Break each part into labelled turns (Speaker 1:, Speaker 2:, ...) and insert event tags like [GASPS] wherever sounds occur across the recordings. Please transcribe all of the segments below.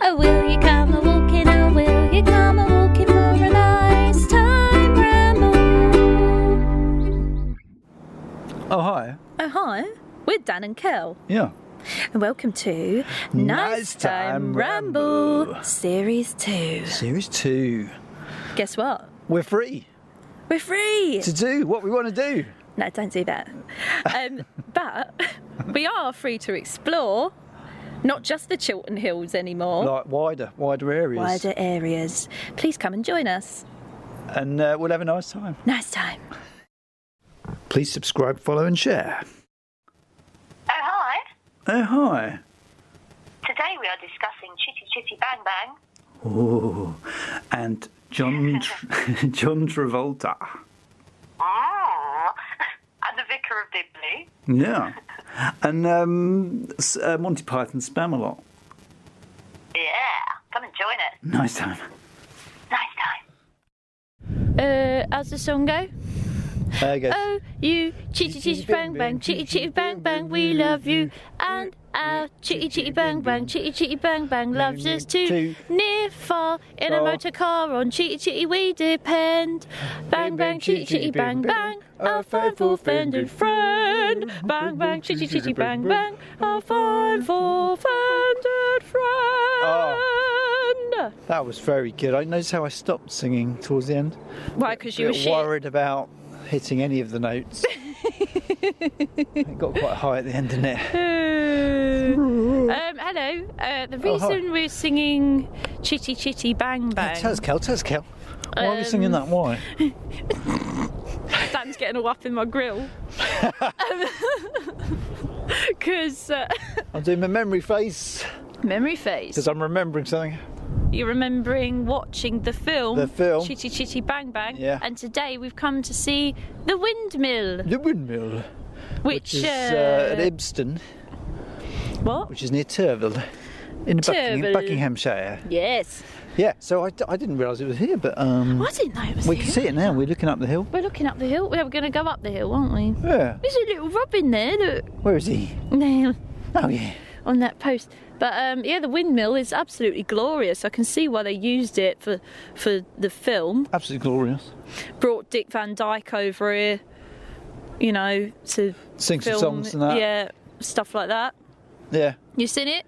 Speaker 1: Oh, will you come a walking? Oh, will you come a walking for a nice time ramble?
Speaker 2: Oh, hi.
Speaker 1: Oh, hi. We're Dan and Kel,
Speaker 2: Yeah.
Speaker 1: and welcome to
Speaker 2: Nice Time Ramble.
Speaker 1: Series 2.
Speaker 2: Series two.
Speaker 1: Guess what?
Speaker 2: We're free
Speaker 1: We're free!
Speaker 2: to do what we want to do.
Speaker 1: No, don't do
Speaker 2: [LAUGHS]
Speaker 1: that. Um, but we are free to explore not just the Chiltern Hills anymore.
Speaker 2: Like wider, wider areas.
Speaker 1: Wider areas. Please come and join us.
Speaker 2: And uh, we'll have a nice time.
Speaker 1: Nice time.
Speaker 2: Please subscribe, follow, and share.
Speaker 3: Oh, hi.
Speaker 2: Oh, hi.
Speaker 3: Today we are discussing Chitty Chitty Bang Bang.
Speaker 2: Oh, and
Speaker 1: [LAUGHS]
Speaker 2: John, Tr- [LAUGHS] John Travolta.
Speaker 3: Mm. [LAUGHS] And the Vicar of Dibley.
Speaker 2: Yeah. And um, s- uh, Monty Python Spam a lot.
Speaker 3: Yeah. Come and join us.
Speaker 2: Nice time.
Speaker 3: Nice time.
Speaker 1: Uh, how's the song go?
Speaker 2: There you go.
Speaker 1: Oh, you chitty chitty bang bang, chitty chitty bang bang, we love you. And our chitty chitty bang bang, chitty chitty bang bang loves us too. Near, far, in a motor car, on chitty chitty we depend. Bang bang, chitty chitty bang bang, our faithful friend and friend. Bang bang, chitty chitty bang bang, our faithful friend and Ah. friend.
Speaker 2: That was very good. I noticed how I stopped singing towards the end.
Speaker 1: Why? Because
Speaker 2: bit
Speaker 1: you were shit.
Speaker 2: worried about hitting any of the
Speaker 1: [LAUGHS]
Speaker 2: notes. it got quite high at the end, didn't it?
Speaker 1: um, hello. Uh, the
Speaker 2: Oh, hi.
Speaker 1: reason we're singing Chitty Chitty Bang Bang. Um,
Speaker 2: Tell us, Kel. Tell us, Kel. Why are we singing that? Why?
Speaker 1: Dan's getting all up in my
Speaker 2: [LAUGHS]
Speaker 1: grill. Because uh,
Speaker 2: I'm doing my memory face
Speaker 1: memory phase.
Speaker 2: because I'm remembering something.
Speaker 1: You're remembering watching the film,
Speaker 2: The film.
Speaker 1: Chitty Chitty Bang Bang.
Speaker 2: Yeah.
Speaker 1: And today we've come to see The Windmill,
Speaker 2: The windmill,
Speaker 1: which,
Speaker 2: which is uh, at
Speaker 1: uh,
Speaker 2: Ibston,
Speaker 1: what?
Speaker 2: which is near Turville, in Buckingham,
Speaker 1: Turville.
Speaker 2: Buckinghamshire.
Speaker 1: Yes.
Speaker 2: Yeah. So I, d- I didn't realise it was here, but um,
Speaker 1: I didn't know it was
Speaker 2: we
Speaker 1: here.
Speaker 2: can see it now. We're looking up the hill.
Speaker 1: We're looking up the hill. We're going to go up the hill, aren't we?
Speaker 2: Yeah.
Speaker 1: There's a little robin there. Look.
Speaker 2: Where is he?
Speaker 1: Nail.
Speaker 2: Oh yeah.
Speaker 1: on that post. But um, yeah, the windmill is absolutely glorious. I can see why they used it for for the film.
Speaker 2: Absolutely glorious.
Speaker 1: Brought Dick Van Dyke over here, you know, to
Speaker 2: Sing some
Speaker 1: film.
Speaker 2: songs and that.
Speaker 1: Yeah, stuff like that.
Speaker 2: Yeah.
Speaker 1: You seen it?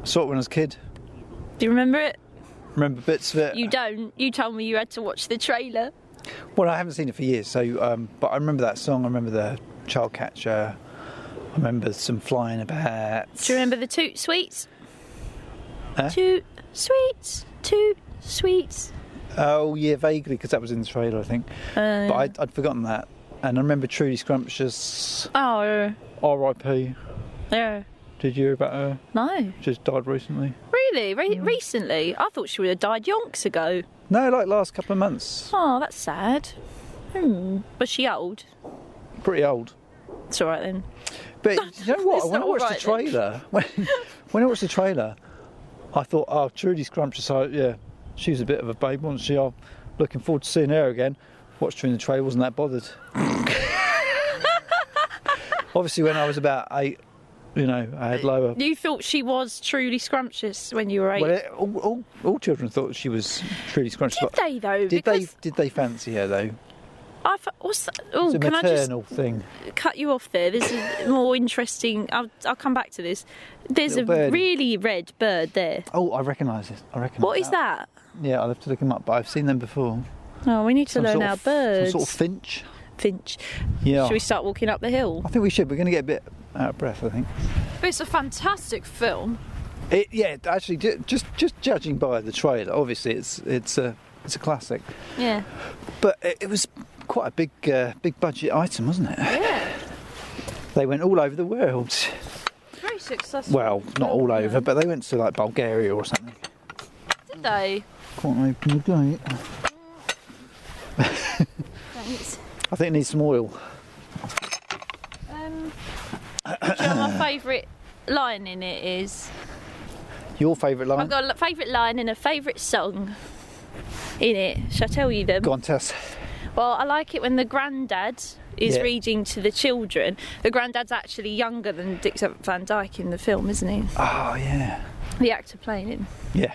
Speaker 2: I saw it when I was a kid.
Speaker 1: Do you remember it?
Speaker 2: Remember bits of it.
Speaker 1: You don't. You told me you had to watch the trailer.
Speaker 2: Well, I haven't seen it for years, so um, but I remember that song. I remember the child catcher. I remember some flying about.
Speaker 1: Do you remember the toot sweets?
Speaker 2: Huh?
Speaker 1: Toot sweets, toot sweets.
Speaker 2: Oh yeah, vaguely because that was in the trailer, I think.
Speaker 1: Uh,
Speaker 2: But I'd, I'd forgotten that, and I remember Trudy Scrumptious.
Speaker 1: oh,
Speaker 2: R.I.P.
Speaker 1: yeah.
Speaker 2: Did you hear about her?
Speaker 1: No,
Speaker 2: She Just died recently.
Speaker 1: really, re- recently. I thought she would have died yonks ago.
Speaker 2: No, like last couple of months.
Speaker 1: Oh, that's sad. Hmm. Was she old?
Speaker 2: Pretty old.
Speaker 1: It's all right then.
Speaker 2: But
Speaker 1: [LAUGHS]
Speaker 2: you know what?
Speaker 1: It's
Speaker 2: when I
Speaker 1: not
Speaker 2: watched the
Speaker 1: alright then.
Speaker 2: trailer, when, [LAUGHS] when I watched the trailer, I thought, oh, Trudy Scrumptious, I, yeah, she was a bit of a babe, wasn't she? I'm looking forward to seeing her again. Watched her in the trailer, wasn't that bothered. [LAUGHS] Obviously, when I was about eight, you know, I had lower.
Speaker 1: You thought she was truly scrumptious when you were eight.
Speaker 2: Well, it- all, all, all children thought she was Trudy Scrumptious.
Speaker 1: did
Speaker 2: but
Speaker 1: they though?
Speaker 2: did they
Speaker 1: because
Speaker 2: did they fancy her though?
Speaker 1: I thought, what's that? Oh,
Speaker 2: It's a
Speaker 1: can I just
Speaker 2: maternal thing.
Speaker 1: cut you off there? There's a more interesting. I'll, I'll come back to this. There's
Speaker 2: Little
Speaker 1: a
Speaker 2: bird.
Speaker 1: really red bird there.
Speaker 2: Oh, I recognise this. I recognise.
Speaker 1: What is that?
Speaker 2: Yeah, I'll have to look him up, but I've seen them before.
Speaker 1: Oh, we need to
Speaker 2: Some
Speaker 1: learn
Speaker 2: sort
Speaker 1: our
Speaker 2: of-
Speaker 1: birds.
Speaker 2: Some sort of finch.
Speaker 1: Finch.
Speaker 2: Yeah.
Speaker 1: Should we start walking up the hill?
Speaker 2: I think we should. We're going to get a bit out of breath, I think.
Speaker 1: But it's a fantastic film.
Speaker 2: It, yeah, actually, ju- just just judging by the trailer, obviously it's it's a it's a classic,
Speaker 1: Yeah.
Speaker 2: but it, it was quite a big uh, big budget item, wasn't it?
Speaker 1: Yeah.
Speaker 2: They went all over the world.
Speaker 1: Very successful.
Speaker 2: Well, not all over, but they went to like Bulgaria or something.
Speaker 1: Did they?
Speaker 2: Can't open the gate.
Speaker 1: Thanks.
Speaker 2: [LAUGHS] I think it needs some oil.
Speaker 1: Um, do you know what my favourite line in it is?
Speaker 2: Your favourite line?
Speaker 1: I've got a l- favourite line and a favourite song in it. Shall I tell you them?
Speaker 2: Go on, Tess.
Speaker 1: Well, I like it when the granddad is
Speaker 2: Yeah.
Speaker 1: reading to the
Speaker 2: Ah.
Speaker 1: children. The granddad's actually younger than Dick Van Dyke in the film, isn't he?
Speaker 2: Oh yeah.
Speaker 1: the actor playing him.
Speaker 2: Yeah.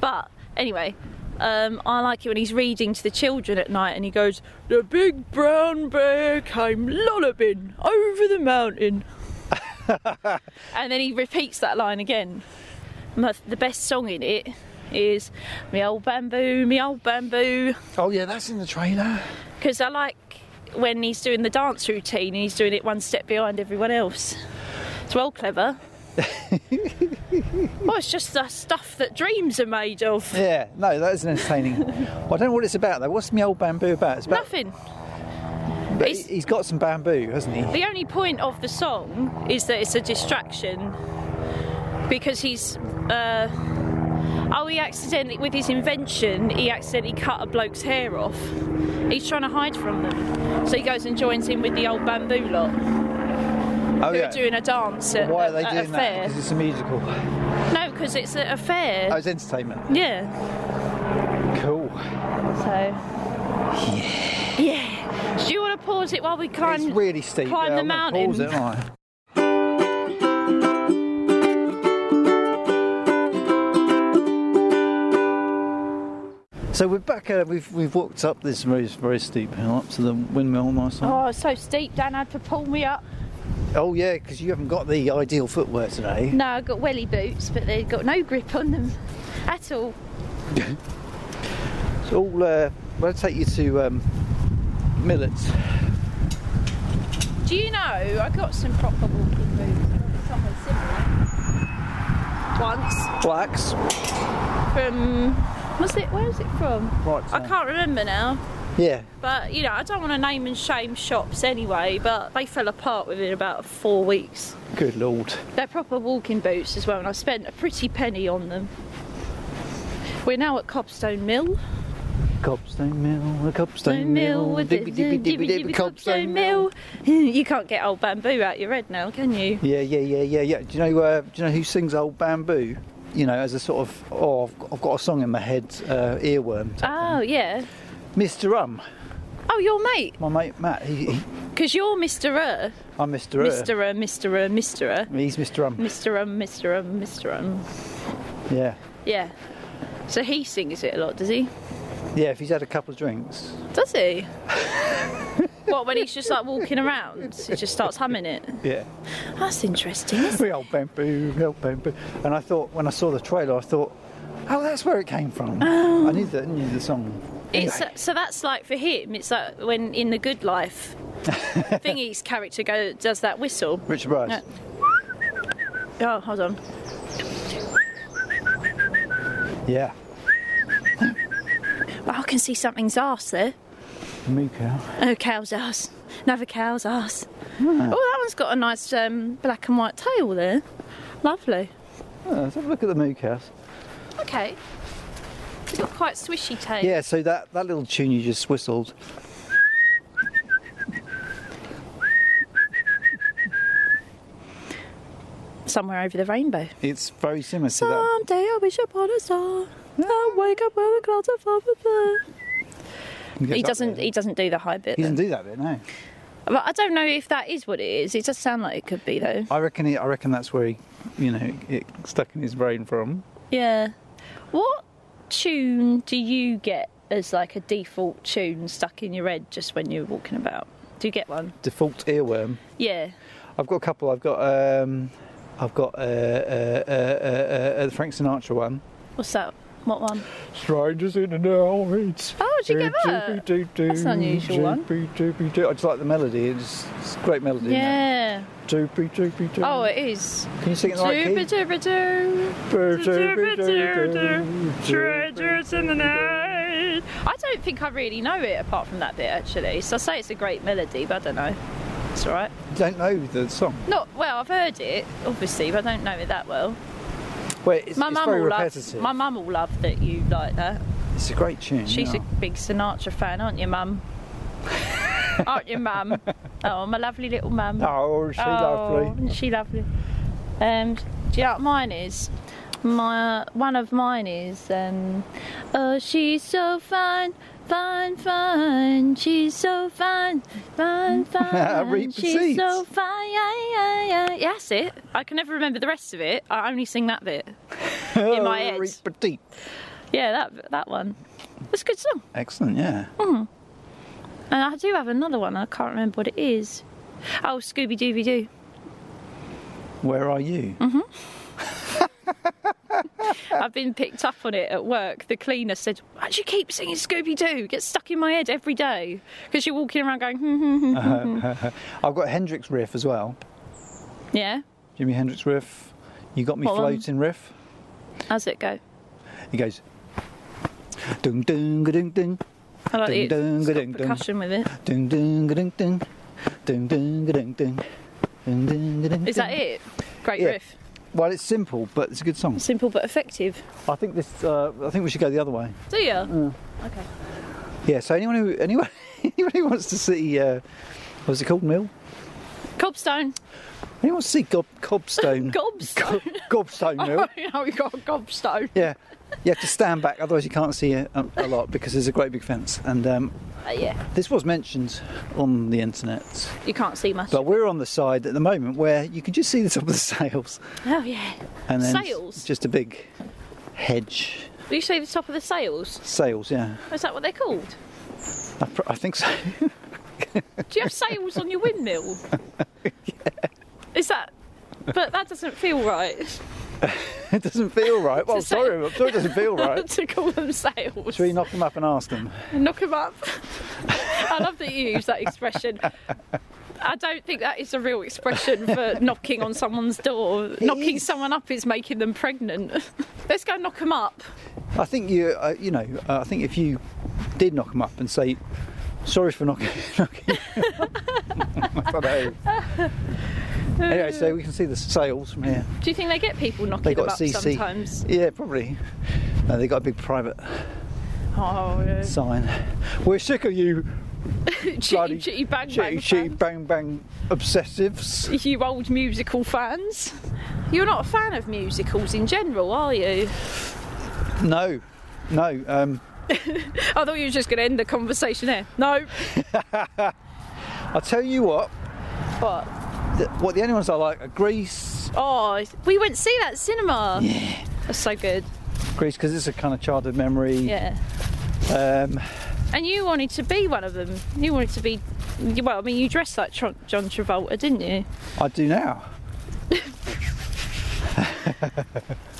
Speaker 1: But anyway, um, I like it when he's reading to the children at night and he goes, The big brown bear came lolloping over the mountain. and then he repeats that line again. My- The best song in it is Me Old Bamboo, Me Old Bamboo.
Speaker 2: Oh yeah, that's in the trailer.
Speaker 1: Because I like when he's doing the dance routine and he's doing it one step behind everyone else. It's well clever. well, it's just the stuff that dreams are made of.
Speaker 2: Yeah, no, that is an
Speaker 1: [LAUGHS]
Speaker 2: entertaining. well, I don't know what it's about though. What's my old bamboo about? It's about
Speaker 1: Nothing.
Speaker 2: but
Speaker 1: it's-
Speaker 2: he's got some bamboo, hasn't he?
Speaker 1: The only point of the song is that it's a distraction because he's. Uh, oh, he accidentally, with his invention, he accidentally cut a bloke's hair off. He's trying to hide from them. So he goes and joins in with the old bamboo lot who
Speaker 2: Oh
Speaker 1: are doing a dance at,
Speaker 2: Why are they
Speaker 1: at
Speaker 2: doing
Speaker 1: a
Speaker 2: that?
Speaker 1: fair.
Speaker 2: Because it's a musical. Oh,
Speaker 1: No, because it's at a fair.
Speaker 2: it's entertainment.
Speaker 1: Yeah.
Speaker 2: Cool.
Speaker 1: So. Yeah. Yeah. Do you want to pause it while we climb?
Speaker 2: it's really steep.
Speaker 1: climb
Speaker 2: yeah,
Speaker 1: the
Speaker 2: I'm gonna pause
Speaker 1: mountain.
Speaker 2: it, aren't I? So we're back. Uh, we've we've walked up this very very steep hill up to the windmill on my side.
Speaker 1: Oh, it's so steep. Dan had to pull me up.
Speaker 2: Oh, yeah, because you haven't got the ideal footwear today.
Speaker 1: No, I got welly boots, but they've got no grip on them at all.
Speaker 2: So all. Uh, well, I'll take you to um, Millets.
Speaker 1: Do you know? I got some proper walking boots. Somewhere similar. Once
Speaker 2: Blacks.
Speaker 1: from. Was it? Where is it from?
Speaker 2: Right.
Speaker 1: I can't remember now.
Speaker 2: Yeah.
Speaker 1: But you know, I don't want to name and shame shops anyway. But they fell apart within about four weeks.
Speaker 2: Good lord.
Speaker 1: They're proper walking boots as well, and I spent a pretty penny on them. We're now at Cobstone Mill.
Speaker 2: Cobstone Mill. A Cobstone Mill.
Speaker 1: with the-
Speaker 2: dibby, dibby, dibby, dibby, Cobstone
Speaker 1: [LAUGHS] You can't get old bamboo out your head now, can you?
Speaker 2: Yeah, yeah, yeah, yeah, yeah. Do you know? Uh, do you know who sings "Old Bamboo"? You know, as a sort of oh, I've got, I've got a song in my head, uh, earworm.
Speaker 1: Oh yeah.
Speaker 2: Mr. Um,
Speaker 1: Oh, your mate.
Speaker 2: my mate Matt. He, he,
Speaker 1: Because you're Mr. Er.
Speaker 2: I'm Mr. Uh.
Speaker 1: Mr. Er, Mr. Er, Mr. Er.
Speaker 2: He's Mr. Um.
Speaker 1: Mr. Um, Mr. Um, Mr. Um.
Speaker 2: Yeah,
Speaker 1: Yeah. So he sings it a lot, does he?
Speaker 2: yeah. If he's had a couple of drinks,
Speaker 1: Does
Speaker 2: [LAUGHS]
Speaker 1: he? what, when he's just like walking around, he just starts humming it?
Speaker 2: yeah.
Speaker 1: That's interesting. isn't
Speaker 2: [LAUGHS]
Speaker 1: it?
Speaker 2: We old bamboo, we old bamboo. And I thought when I saw the trailer, I thought, oh, that's where it came from. I knew the knew the song.
Speaker 1: Oh. It's, so that's like for him, it's like when in The
Speaker 2: [LAUGHS]
Speaker 1: Good Life, Thingy's character go, does that whistle.
Speaker 2: Richard Bryce.
Speaker 1: Yeah. Oh, hold on.
Speaker 2: Yeah.
Speaker 1: Well, I can see something's arse there.
Speaker 2: Moo cow.
Speaker 1: Oh, cow's ass. Another cow's ass.
Speaker 2: Hmm.
Speaker 1: Oh, that one's got a nice um, black and white tail there. Lovely.
Speaker 2: Oh, let's have a look at the moo cows.
Speaker 1: Okay. It's got quite swishy tail.
Speaker 2: Yeah, so that, that little tune you just whistled.
Speaker 1: Somewhere over the rainbow.
Speaker 2: It's very similar to that.
Speaker 1: Someday I wish upon a star. I'll wake up where the clouds are far from blue.
Speaker 2: He
Speaker 1: He
Speaker 2: goes up
Speaker 1: doesn't.
Speaker 2: there.
Speaker 1: He doesn't do the high bit.
Speaker 2: He doesn't
Speaker 1: though.
Speaker 2: do that bit, no.
Speaker 1: But I don't know if that is what it is. It does sound like it could be though.
Speaker 2: I reckon. He, I reckon that's where he, you know, it stuck in his brain from.
Speaker 1: Yeah. What tune do you get as like a default tune stuck in your head just when you're walking about? Do you get one?
Speaker 2: Default earworm.
Speaker 1: Yeah.
Speaker 2: I've got a couple. I've got. Um, I've got uh, uh, uh, uh, uh, the Frank Sinatra one.
Speaker 1: What's that? What one?
Speaker 2: Strangers in the night.
Speaker 1: Oh, did you get that?
Speaker 2: That's
Speaker 1: an unusual one.
Speaker 2: I just like the melody. It's, it's a great melody. isn't it?
Speaker 1: Yeah.
Speaker 2: Doopy, doopy, doo.
Speaker 1: Oh, it is.
Speaker 2: Can you sing it like
Speaker 1: Dooba
Speaker 2: Keith?
Speaker 1: dooba doo.
Speaker 2: Doo, doo,
Speaker 1: Dooba doo
Speaker 2: doo,
Speaker 1: doo.
Speaker 2: doo,
Speaker 1: Treasures in the night. I don't think I really know it apart from that bit actually. So I say it's a great melody, but I don't know. It's alright.
Speaker 2: doo. Don't know the song.
Speaker 1: Not well. I've heard it obviously, but I don't know it that well.
Speaker 2: Well, it's,
Speaker 1: My
Speaker 2: it's
Speaker 1: mum
Speaker 2: very
Speaker 1: will
Speaker 2: repetitive.
Speaker 1: love. My mum will love that you like that.
Speaker 2: It's a great tune.
Speaker 1: She's
Speaker 2: yeah.
Speaker 1: a big Sinatra fan, aren't
Speaker 2: [LAUGHS]
Speaker 1: you, mum? aren't you, mum? Oh, my lovely little mum.
Speaker 2: Oh, she
Speaker 1: Oh,
Speaker 2: lovely.
Speaker 1: Isn't she lovely? Um, do you know what mine is? My one of mine is um, oh she's so fine, fine, fine. She's so fine,
Speaker 2: [LAUGHS]
Speaker 1: fine, fine.
Speaker 2: Reap the
Speaker 1: she's
Speaker 2: seeds.
Speaker 1: so fine. Yeah, yeah, yeah. Yeah, That's it. I can never remember the rest of it. I only sing that bit. In my head.
Speaker 2: Reap a deep.
Speaker 1: Yeah, that that one. It's a good song.
Speaker 2: Excellent, yeah.
Speaker 1: And I do have another one. I can't remember what it is. Oh, Scooby Dooby Doo.
Speaker 2: Where are you?
Speaker 1: I've been picked up on it at work. The cleaner said, "Why do you keep singing Scooby Doo? Gets stuck in my head every day because you're walking around going, hmm, hmm, hmm.
Speaker 2: I've got Hendrix riff as well.
Speaker 1: yeah."
Speaker 2: Jimi Hendrix riff. You got me
Speaker 1: What one?
Speaker 2: floating riff.
Speaker 1: How's it go?
Speaker 2: He goes. Dun dun ga dun dun
Speaker 1: I like the
Speaker 2: Dun, dun,
Speaker 1: it's got
Speaker 2: dun, dun.
Speaker 1: percussion with it.
Speaker 2: dun dun ga dun dun dun dun ga dun dun dun dun ga dun.
Speaker 1: Is that
Speaker 2: dun.
Speaker 1: it? Great
Speaker 2: Yeah.
Speaker 1: riff.
Speaker 2: Well, it's simple, but it's a good song.
Speaker 1: Simple but effective.
Speaker 2: I think this. Uh, I think we should go the other way.
Speaker 1: Do you?
Speaker 2: Uh.
Speaker 1: Okay.
Speaker 2: Yeah. So anyone who anyone [LAUGHS] anyone who wants to see uh, what's it called, Mill? [LAUGHS]
Speaker 1: Cobstone.
Speaker 2: Anyone wants to see Gob, Cobstone?
Speaker 1: [LAUGHS] Gobstone.
Speaker 2: Gob, Cobstone
Speaker 1: [LAUGHS]
Speaker 2: Mill.
Speaker 1: oh, you got a gobstone.
Speaker 2: Yeah. You have to stand back, otherwise you can't see a, a lot because there's a great big fence. And um,
Speaker 1: Uh, yeah.
Speaker 2: this was mentioned on the internet,
Speaker 1: You can't see much.
Speaker 2: but we're on the side at the moment where you can just see the [LAUGHS] top of the sails,
Speaker 1: oh yeah.
Speaker 2: and then
Speaker 1: Sails?
Speaker 2: just a big hedge.
Speaker 1: Will you see the top of the sails?
Speaker 2: Sails, yeah.
Speaker 1: Is that what they're called?
Speaker 2: I, pr- I think so. [LAUGHS]
Speaker 1: Do you have sails on your windmill? Is that? But that doesn't feel right [LAUGHS]
Speaker 2: it doesn't feel right. Well,
Speaker 1: It's a sail.
Speaker 2: sorry, I'm sorry, it doesn't feel
Speaker 1: [LAUGHS]
Speaker 2: right.
Speaker 1: to call them sails.
Speaker 2: Should we knock them up and ask them?
Speaker 1: Knock 'em up. [LAUGHS] I love that you use that expression. I don't think that is a real expression
Speaker 2: [LAUGHS]
Speaker 1: for knocking on someone's door. knocking
Speaker 2: is.
Speaker 1: someone up is making them pregnant. [LAUGHS] Let's go knock 'em up.
Speaker 2: I think you, uh, you know, uh, I think if you did knock them up and say, sorry for knocking, [LAUGHS] knocking [LAUGHS] I don't know. Anyway, so we can see the sails from here.
Speaker 1: Do you think they get people knocking
Speaker 2: They got
Speaker 1: them
Speaker 2: CC.
Speaker 1: up sometimes?
Speaker 2: Yeah, probably. No, they got a big private
Speaker 1: Oh, yeah.
Speaker 2: sign. We're sick of you bloody
Speaker 1: chitty chitty bang bang.
Speaker 2: chitty chitty bang bang obsessives.
Speaker 1: fans. You old musical fans. You're not a fan of musicals in general, are you?
Speaker 2: No, no. Um,
Speaker 1: I thought you were just going to end the conversation there. No.
Speaker 2: I'll tell you what.
Speaker 1: What?
Speaker 2: th- what the only ones I like are Greece,
Speaker 1: Oh, we went to see that cinema. Yeah. That's so good.
Speaker 2: Greece because it's a kind of childhood memory.
Speaker 1: Yeah.
Speaker 2: Um,
Speaker 1: And you wanted to be one of them. You wanted to be. you- Well, I mean, you dressed like Tr- John Travolta, didn't you?
Speaker 2: I do now.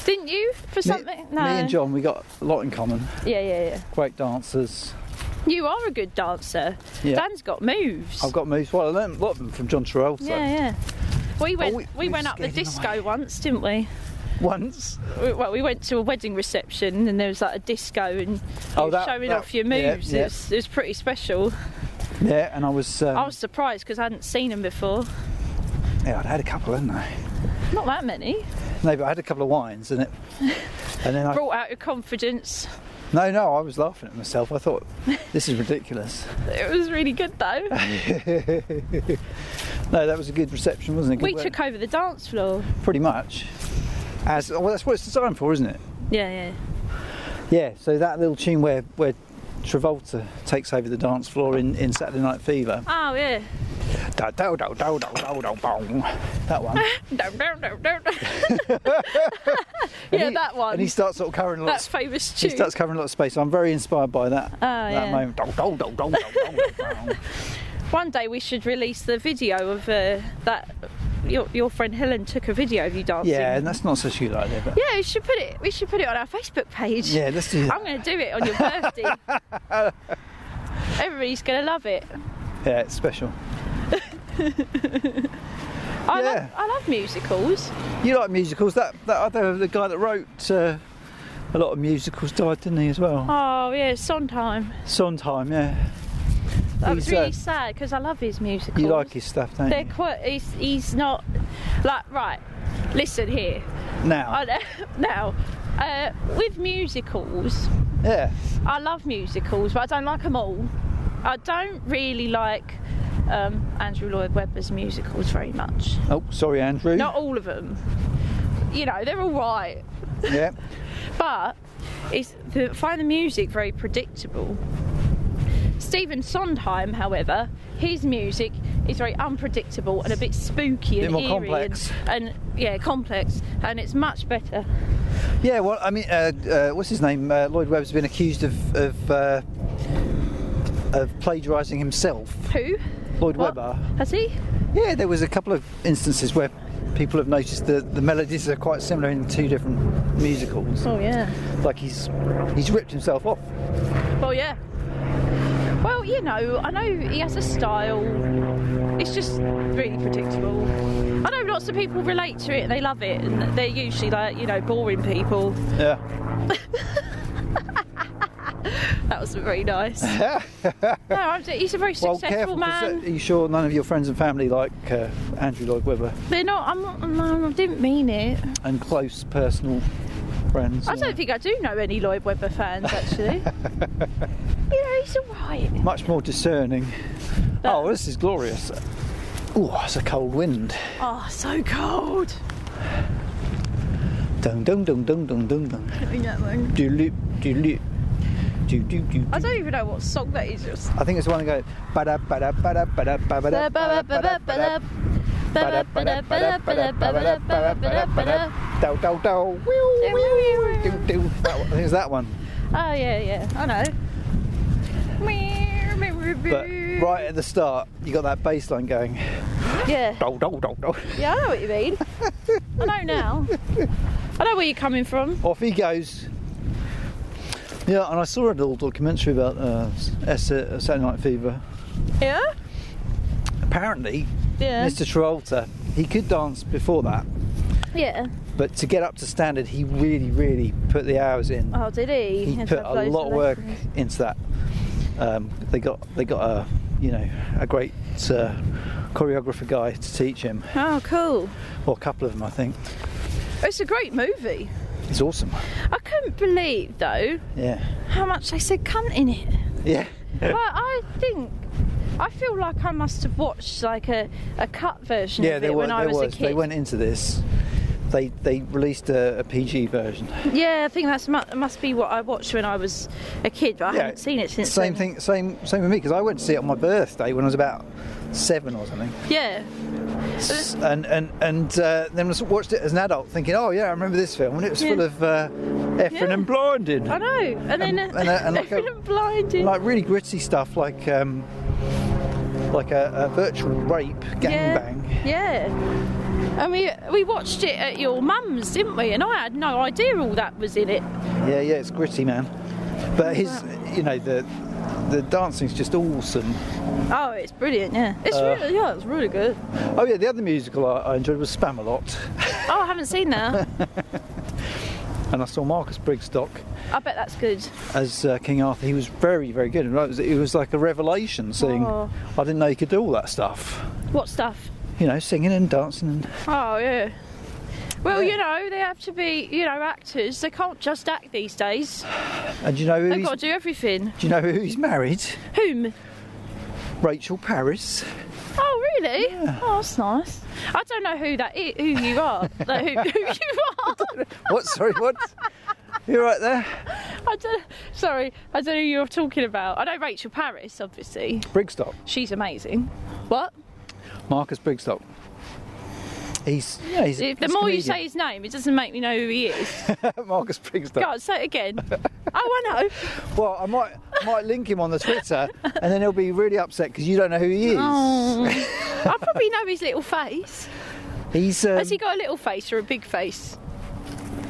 Speaker 1: Didn't you? For
Speaker 2: Me-
Speaker 1: something?
Speaker 2: Me, and John, we got a lot in common.
Speaker 1: Yeah, yeah, yeah.
Speaker 2: Great dancers.
Speaker 1: You are a good dancer.
Speaker 2: Yeah.
Speaker 1: Dan's got moves.
Speaker 2: I've got moves. Well, I learned a lot of them from John Travolta.
Speaker 1: Yeah, yeah. We went.
Speaker 2: we-
Speaker 1: we,
Speaker 2: we
Speaker 1: went up the
Speaker 2: skated away.
Speaker 1: disco once, didn't we?
Speaker 2: Once.
Speaker 1: We- Well, we went to a wedding reception and there was like a disco and you
Speaker 2: Oh,
Speaker 1: were
Speaker 2: that-
Speaker 1: showing
Speaker 2: that-
Speaker 1: off your
Speaker 2: yeah,
Speaker 1: moves.
Speaker 2: yeah.
Speaker 1: It, was, it was pretty special.
Speaker 2: Yeah, and I was. Um,
Speaker 1: I was surprised because I hadn't seen them before.
Speaker 2: Yeah, I'd had a couple, hadn't I?
Speaker 1: Not that many.
Speaker 2: No, but I had a couple of wines, and it.
Speaker 1: [LAUGHS]
Speaker 2: And then I.
Speaker 1: Brought out your confidence.
Speaker 2: No, no, I was laughing at myself. I thought, this is ridiculous.
Speaker 1: It was really
Speaker 2: [LAUGHS]
Speaker 1: good though.
Speaker 2: No, that was a good reception, wasn't it? Good
Speaker 1: we
Speaker 2: work.
Speaker 1: took over the dance floor.
Speaker 2: pretty much. As well, that's what it's designed for, isn't it?
Speaker 1: Yeah, yeah.
Speaker 2: Yeah. So that little tune where where Travolta takes over the dance floor in, in Saturday Night Fever.
Speaker 1: Oh yeah.
Speaker 2: Da, do, do, do, do, do, do, bong. That
Speaker 1: [LAUGHS]
Speaker 2: one.
Speaker 1: No, no, no, no,
Speaker 2: [LAUGHS]
Speaker 1: no. yeah,
Speaker 2: he-
Speaker 1: that one.
Speaker 2: And he starts sort of covering a lot.
Speaker 1: that
Speaker 2: Of, sp-
Speaker 1: famous
Speaker 2: he
Speaker 1: tune.
Speaker 2: starts covering a lot of space. I'm very inspired by that. that
Speaker 1: Oh, yeah.
Speaker 2: moment. Do, do, do, do, do, do,
Speaker 1: [LAUGHS]
Speaker 2: do.
Speaker 1: One day we should release the video of uh, that. Your, your friend Helen took a video of you dancing.
Speaker 2: Yeah, and that's not such a good idea. But
Speaker 1: Yeah, we should put it. We should put it on our Facebook page.
Speaker 2: yeah, let's do
Speaker 1: I'm
Speaker 2: that.
Speaker 1: going to do it on your birthday.
Speaker 2: [LAUGHS]
Speaker 1: Everybody's going to love it.
Speaker 2: Yeah, it's special. Yeah.
Speaker 1: I, love, I love musicals.
Speaker 2: You like musicals? That that other the guy that wrote uh, a lot of musicals died, didn't he, as well?
Speaker 1: Oh yeah, Sondheim.
Speaker 2: Sondheim, yeah.
Speaker 1: That was
Speaker 2: He's, uh,
Speaker 1: really sad because I love his musicals.
Speaker 2: You like his stuff, don't
Speaker 1: They're
Speaker 2: you?
Speaker 1: quite. He's, he's not like right. Listen here.
Speaker 2: Now,
Speaker 1: I, [LAUGHS] now, uh, with musicals,
Speaker 2: yeah,
Speaker 1: I love musicals, but I don't like them all. I don't really like um, Andrew Lloyd Webber's musicals very much.
Speaker 2: Oh, sorry, Andrew.
Speaker 1: Not all of them. you know, they're all right. [LAUGHS]
Speaker 2: Yeah.
Speaker 1: But it's the, find the music very predictable. Stephen Sondheim, however, his music is very unpredictable and a bit spooky and
Speaker 2: Bit more
Speaker 1: eerie
Speaker 2: complex.
Speaker 1: And, and yeah, complex, and it's much better.
Speaker 2: Yeah, well, I mean, uh, uh, what's his name? Uh, Lloyd Webb's been accused of of, uh, of plagiarising himself.
Speaker 1: Who?
Speaker 2: Lloyd
Speaker 1: What?
Speaker 2: Webber.
Speaker 1: Has he?
Speaker 2: Yeah, there was a couple of instances where people have noticed that the melodies are quite similar in two different musicals.
Speaker 1: Oh yeah.
Speaker 2: Like he's he's ripped himself off.
Speaker 1: Well yeah. Well, you know, I know he has a style. It's just really predictable. I know lots of people relate to it and they love it, and they're usually like, you know, boring people.
Speaker 2: Yeah.
Speaker 1: That was
Speaker 2: [LAUGHS]
Speaker 1: very nice. no, I'm, he's a very
Speaker 2: Well,
Speaker 1: successful
Speaker 2: careful. 'cause,
Speaker 1: man.
Speaker 2: uh, Are you sure none of your friends and family like uh, Andrew Lloyd Webber
Speaker 1: They're not. I'm not. No, I didn't mean it.
Speaker 2: and close personal friends?
Speaker 1: I
Speaker 2: or-
Speaker 1: don't think I do know any Lloyd Webber fans
Speaker 2: [LAUGHS]
Speaker 1: actually. you know, he's alright.
Speaker 2: much more discerning.
Speaker 1: But-
Speaker 2: oh, this is glorious. Oh, it's a cold wind.
Speaker 1: Oh, so cold.
Speaker 2: Dun dun dun dun dun dun dun.
Speaker 1: I don't
Speaker 2: Do loop do loop. Do do do. do.
Speaker 1: even know what song that is. Just.
Speaker 2: I think it's the one that goes. Ba-da, ba-da, ba-da, ba-da, ba-da, ba-da, ba-da, ba-da, ba-da, ba-da, ba-da, ba-da, ba-da, ba-da, ba-da, ba-da. Dow, dow, dow. Whew, whew, whew, doo, doo. That one- I think it's that one.
Speaker 1: Oh yeah, yeah, I know.
Speaker 2: But right at the start, you got that bass line going.
Speaker 1: Yeah,
Speaker 2: Dow, dow, dow, dow.
Speaker 1: yeah, I know what you mean. I know now. I know where you're coming from.
Speaker 2: Off he goes. Yeah, and I saw a little documentary about uh, S- uh, Saturday Night Fever.
Speaker 1: Yeah,
Speaker 2: Apparently,
Speaker 1: yeah,
Speaker 2: Mr. Travolta, he could dance before that,
Speaker 1: yeah.
Speaker 2: but to get up to standard, he really, really put the hours in.
Speaker 1: Oh, did he?
Speaker 2: he
Speaker 1: Had to
Speaker 2: put
Speaker 1: have
Speaker 2: a
Speaker 1: loads
Speaker 2: lot of work
Speaker 1: lessons.
Speaker 2: into that. Um, they got they got a you know a great uh, choreographer guy to teach him,
Speaker 1: Oh, cool.
Speaker 2: or a couple of them I think.
Speaker 1: It's a great movie.
Speaker 2: It's awesome.
Speaker 1: I couldn't believe though
Speaker 2: Yeah,
Speaker 1: how much they said cunt in it.
Speaker 2: yeah.
Speaker 1: Well, I think I feel like I must have watched like a, a cut
Speaker 2: [LAUGHS]
Speaker 1: version
Speaker 2: Yeah,
Speaker 1: of
Speaker 2: there
Speaker 1: it
Speaker 2: were,
Speaker 1: when I
Speaker 2: there
Speaker 1: was, a kid.
Speaker 2: They went into this. They they released a, a PG version.
Speaker 1: Yeah, I think that's mu- must be what I watched when I was a kid, but I haven't seen it since.
Speaker 2: Same
Speaker 1: then.
Speaker 2: thing. Same same with me because I went to see it on my birthday when I was about seven or something.
Speaker 1: Yeah,
Speaker 2: S- and and and uh, then I watched it as an adult, thinking, oh yeah, I remember this film, and it was
Speaker 1: Yeah.
Speaker 2: full of uh, effing
Speaker 1: Yeah.
Speaker 2: and blinding,
Speaker 1: I know. And then
Speaker 2: And- and, uh, and like a-
Speaker 1: [LAUGHS] they've been blinded.
Speaker 2: like really gritty stuff, like um, like a, a virtual rape gangbang.
Speaker 1: Yeah. yeah. And we we watched it at your mum's, didn't we? And I had no idea all that was in it.
Speaker 2: Yeah. yeah, it's gritty, man. But his, you know, the the dancing's just awesome.
Speaker 1: Oh, it's brilliant. Yeah, Uh. it's really yeah, it's really good.
Speaker 2: Oh yeah, the other musical I, I enjoyed was Spamalot,
Speaker 1: Oh, I haven't seen [LAUGHS] that.
Speaker 2: and I saw Marcus Brigstock
Speaker 1: I bet that's good.
Speaker 2: as uh, King Arthur. He was very, very good. And It was, it was like a revelation seeing.
Speaker 1: Oh.
Speaker 2: I didn't know he could do all that stuff.
Speaker 1: What stuff?
Speaker 2: You know, singing and dancing and
Speaker 1: Oh yeah. Well,
Speaker 2: Yeah.
Speaker 1: you know, they have to be, you know, actors. They can't just act these days.
Speaker 2: And do you know who
Speaker 1: They've
Speaker 2: he's,
Speaker 1: got to do everything.
Speaker 2: do you know who he's married?
Speaker 1: Whom?
Speaker 2: Rachel Paris.
Speaker 1: Oh, really? Oh, that's nice. I don't know who that is, who you are. like, who, who you are. [LAUGHS]
Speaker 2: What? [LAUGHS] Sorry, what? You're right there.
Speaker 1: I don't, sorry, I don't know who you're talking about. I know Rachel Paris, obviously.
Speaker 2: Brigstock.
Speaker 1: She's amazing. What?
Speaker 2: Marcus Brigstock. He's yeah. He's
Speaker 1: The
Speaker 2: he's a
Speaker 1: more you say
Speaker 2: comedian.
Speaker 1: his name, it doesn't make me know who he is.
Speaker 2: [LAUGHS] Marcus Brigstock.
Speaker 1: God, say it again. Oh, I know.
Speaker 2: Well, I might I might link him on the Twitter, and then he'll be really upset because you don't know who he is.
Speaker 1: Oh. I probably know his little face.
Speaker 2: He's um,
Speaker 1: Has he got a little face or a big face?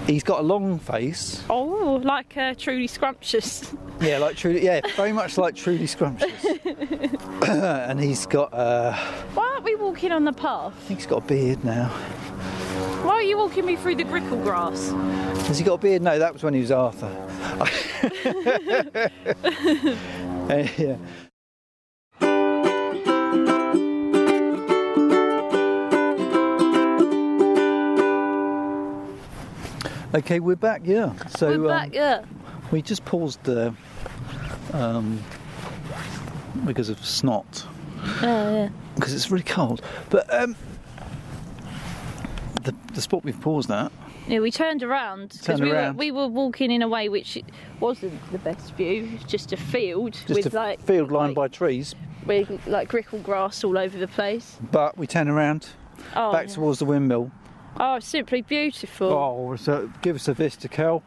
Speaker 2: he's got a long face.
Speaker 1: Oh, like uh, truly scrumptious.
Speaker 2: Yeah, like Trudy. Yeah, very much like Trudy Scrumptious. [COUGHS] and he's got uh, I
Speaker 1: [LAUGHS] Why aren't we walking on the path?
Speaker 2: think he's got a beard now.
Speaker 1: Why are you walking me through the grickle grass?
Speaker 2: Has he got a beard? No, that was when he was Arthur. [LAUGHS] Uh, yeah. Okay, we're back. Yeah. So
Speaker 1: We're back,
Speaker 2: um,
Speaker 1: yeah.
Speaker 2: we just paused uh, um, because of snot
Speaker 1: Oh, yeah.
Speaker 2: because it's really cold. But um, the the spot we've paused at
Speaker 1: Yeah, we turned around because
Speaker 2: Turned
Speaker 1: we were,
Speaker 2: around.
Speaker 1: we were walking in a way which wasn't the best view, just a field
Speaker 2: Just
Speaker 1: with
Speaker 2: a
Speaker 1: like
Speaker 2: field lined
Speaker 1: like,
Speaker 2: by trees.
Speaker 1: with like grickle grass all over the place.
Speaker 2: But we turn around
Speaker 1: Oh,
Speaker 2: back
Speaker 1: yeah.
Speaker 2: towards the windmill.
Speaker 1: oh it's simply beautiful.
Speaker 2: Oh, so give us a vista, Cal.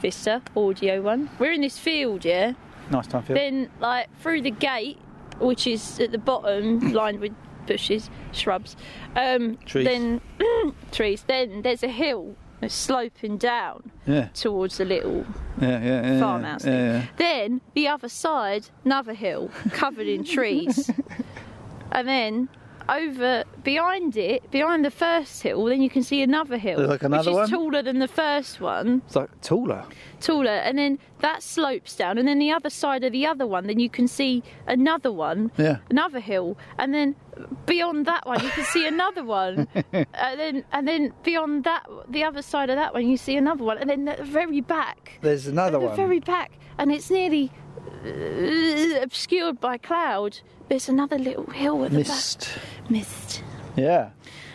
Speaker 1: Vista audio one. We're in this field, yeah.
Speaker 2: Nice time for you.
Speaker 1: Then like through the gate, which is at the
Speaker 2: [COUGHS]
Speaker 1: bottom, lined with bushes, shrubs, um,
Speaker 2: Trees.
Speaker 1: Then [CLEARS THROAT] trees. Then there's a hill that's sloping down
Speaker 2: Yeah,
Speaker 1: towards the little
Speaker 2: yeah, yeah, yeah, yeah.
Speaker 1: farmhouse
Speaker 2: Yeah,
Speaker 1: thing.
Speaker 2: yeah.
Speaker 1: Then the other side, another hill covered in
Speaker 2: [LAUGHS]
Speaker 1: trees, and then over behind it, behind the first hill, then you can see another hill,
Speaker 2: There's like another
Speaker 1: which
Speaker 2: one?
Speaker 1: is taller than the first one,
Speaker 2: It's like taller.
Speaker 1: taller, and then that slopes down, and then the other side of the other one, then you can see another one,
Speaker 2: Yeah.
Speaker 1: another hill, and then beyond that one you can see another one,
Speaker 2: [LAUGHS]
Speaker 1: and then and then beyond that, the other side of that one you see another one, and then at the very back
Speaker 2: There's another
Speaker 1: at the
Speaker 2: one.
Speaker 1: very back, and it's nearly uh, obscured by cloud. There's another little hill at
Speaker 2: Mist.
Speaker 1: the back. Mist.
Speaker 2: Yeah.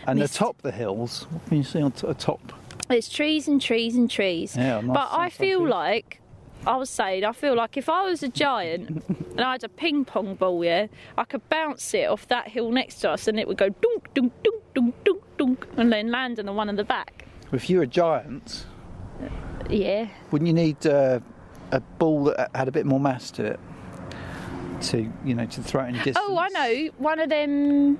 Speaker 2: And
Speaker 1: Mist.
Speaker 2: atop the hills, what can you see on t- atop?
Speaker 1: There's trees and trees and trees.
Speaker 2: Yeah, nice
Speaker 1: but I
Speaker 2: sunshine
Speaker 1: feel
Speaker 2: trees.
Speaker 1: like. I was saying, I feel like if I was
Speaker 2: [LAUGHS]
Speaker 1: a giant and I had a ping pong ball, yeah, I could bounce it off that hill next to us and it would go dunk, dunk, dunk, dunk, dunk, dunk, and then land on the one in the back.
Speaker 2: If you were a giant,
Speaker 1: Yeah.
Speaker 2: wouldn't you need uh, a ball that had a bit more mass to it? To, you know, to throw it in distance.
Speaker 1: Oh, I know, one of them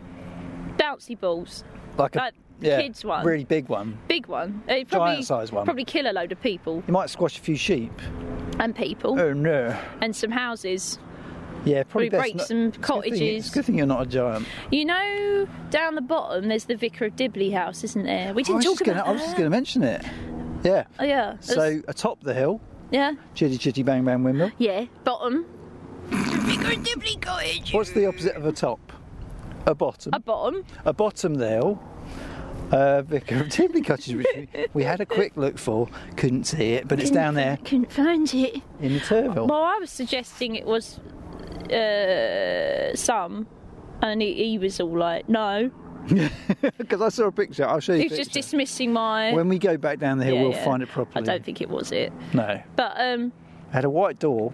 Speaker 1: bouncy balls.
Speaker 2: Like a
Speaker 1: Like
Speaker 2: yeah,
Speaker 1: kids one.
Speaker 2: Really big one.
Speaker 1: Big one. It'd probably,
Speaker 2: Giant-sized one.
Speaker 1: Probably kill a load of people
Speaker 2: You might squash a few sheep.
Speaker 1: and people.
Speaker 2: Oh, no.
Speaker 1: and some houses.
Speaker 2: Yeah, probably
Speaker 1: Probably
Speaker 2: best
Speaker 1: break
Speaker 2: not-
Speaker 1: some
Speaker 2: it's a good thing-
Speaker 1: cottages.
Speaker 2: It's a good thing you're not a giant.
Speaker 1: You know, down the bottom there's the Vicar of Dibley house, isn't there? We
Speaker 2: Oh, I
Speaker 1: didn't
Speaker 2: was
Speaker 1: talk
Speaker 2: just gonna,
Speaker 1: about
Speaker 2: I was
Speaker 1: that.
Speaker 2: just going to mention it. Yeah.
Speaker 1: Oh, yeah.
Speaker 2: So atop the hill,
Speaker 1: yeah,
Speaker 2: chitty chitty bang bang windmill.
Speaker 1: yeah, bottom. Vicar of Dibley cottage.
Speaker 2: What's the opposite of a top? A bottom.
Speaker 1: A bottom.
Speaker 2: A, bottom the hill. Uh, Vicar of Tibley Cottage, which we, we had a quick look for, couldn't see it, but it's down there
Speaker 1: Couldn't find it.
Speaker 2: in the Turville.
Speaker 1: Well, I was suggesting it was uh, some, and he, he was all like, "No."
Speaker 2: Because I saw a picture, I'll show you.
Speaker 1: He
Speaker 2: a
Speaker 1: was just
Speaker 2: picture.
Speaker 1: dismissing my.
Speaker 2: when we go back down the hill,
Speaker 1: Yeah,
Speaker 2: we'll
Speaker 1: yeah.
Speaker 2: find it
Speaker 1: I
Speaker 2: properly.
Speaker 1: don't think it was it,
Speaker 2: No.
Speaker 1: but um,
Speaker 2: It had a white door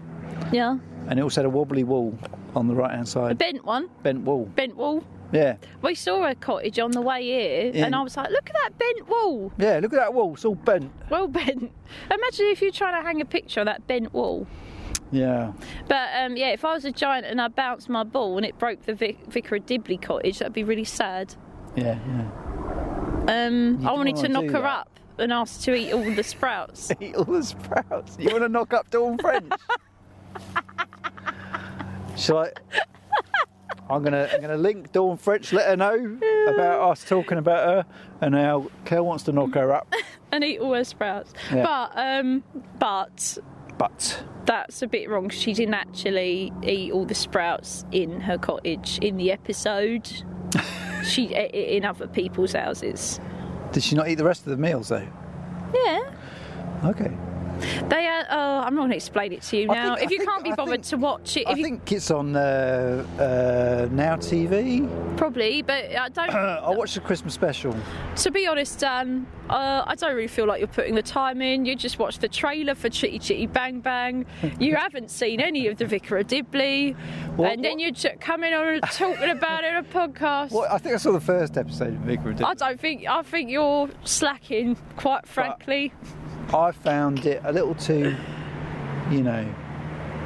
Speaker 1: yeah,
Speaker 2: and it also had a wobbly wall on the right hand
Speaker 1: a
Speaker 2: side.
Speaker 1: bent one,
Speaker 2: bent wall.
Speaker 1: bent wall.
Speaker 2: Yeah.
Speaker 1: We saw a cottage on the way here,
Speaker 2: Yeah.
Speaker 1: and I was like, "Look at that bent wall,
Speaker 2: Yeah, look at that wall. It's all bent.
Speaker 1: well [LAUGHS] bent." Imagine if you're trying to hang a picture on that bent wall.
Speaker 2: Yeah.
Speaker 1: But um, yeah, if I was a giant and I bounced my ball and it broke the Vic- Vicar of Dibley cottage, that'd be really sad.
Speaker 2: Yeah, yeah.
Speaker 1: Um, I
Speaker 2: don't
Speaker 1: wanted to
Speaker 2: wanna
Speaker 1: knock
Speaker 2: do
Speaker 1: her
Speaker 2: that.
Speaker 1: up and ask to eat all the
Speaker 2: [LAUGHS]
Speaker 1: sprouts.
Speaker 2: eat all the sprouts. You want to knock up Dawn French? Shall I? I'm gonna I'm gonna link Dawn French. Let her know about us talking about her and how Kel wants to knock her up.
Speaker 1: and eat all her sprouts.
Speaker 2: Yeah.
Speaker 1: But um, but
Speaker 2: But
Speaker 1: that's a bit wrong. 'cause She didn't actually eat all the sprouts in her cottage in
Speaker 2: [LAUGHS]
Speaker 1: the episode. she ate it in other people's houses.
Speaker 2: did she not eat the rest of the meals though?
Speaker 1: Yeah.
Speaker 2: Okay.
Speaker 1: They are. Oh, I'm not going to explain it to you
Speaker 2: I
Speaker 1: now.
Speaker 2: think-
Speaker 1: if
Speaker 2: I
Speaker 1: you
Speaker 2: think-
Speaker 1: can't be
Speaker 2: I
Speaker 1: bothered
Speaker 2: think-
Speaker 1: to watch it, if
Speaker 2: I
Speaker 1: you
Speaker 2: think it's on uh, uh, Now TV.
Speaker 1: probably, but I
Speaker 2: [CLEARS THROAT]
Speaker 1: don't.
Speaker 2: I watched the Christmas special.
Speaker 1: to be honest, Dan, uh, I don't really feel like you're putting the time in. You just watched the trailer for Chitty Chitty
Speaker 2: [LAUGHS]
Speaker 1: Bang Bang. You haven't seen any of the Vicar of Dibley,
Speaker 2: What-
Speaker 1: and then you're ju- coming
Speaker 2: [LAUGHS]
Speaker 1: on and talking about it in a podcast.
Speaker 2: Well, I think I saw the first episode of Vicar of
Speaker 1: I
Speaker 2: Dibley.
Speaker 1: don't think I think you're slacking, quite frankly.
Speaker 2: I found it a little too, you know,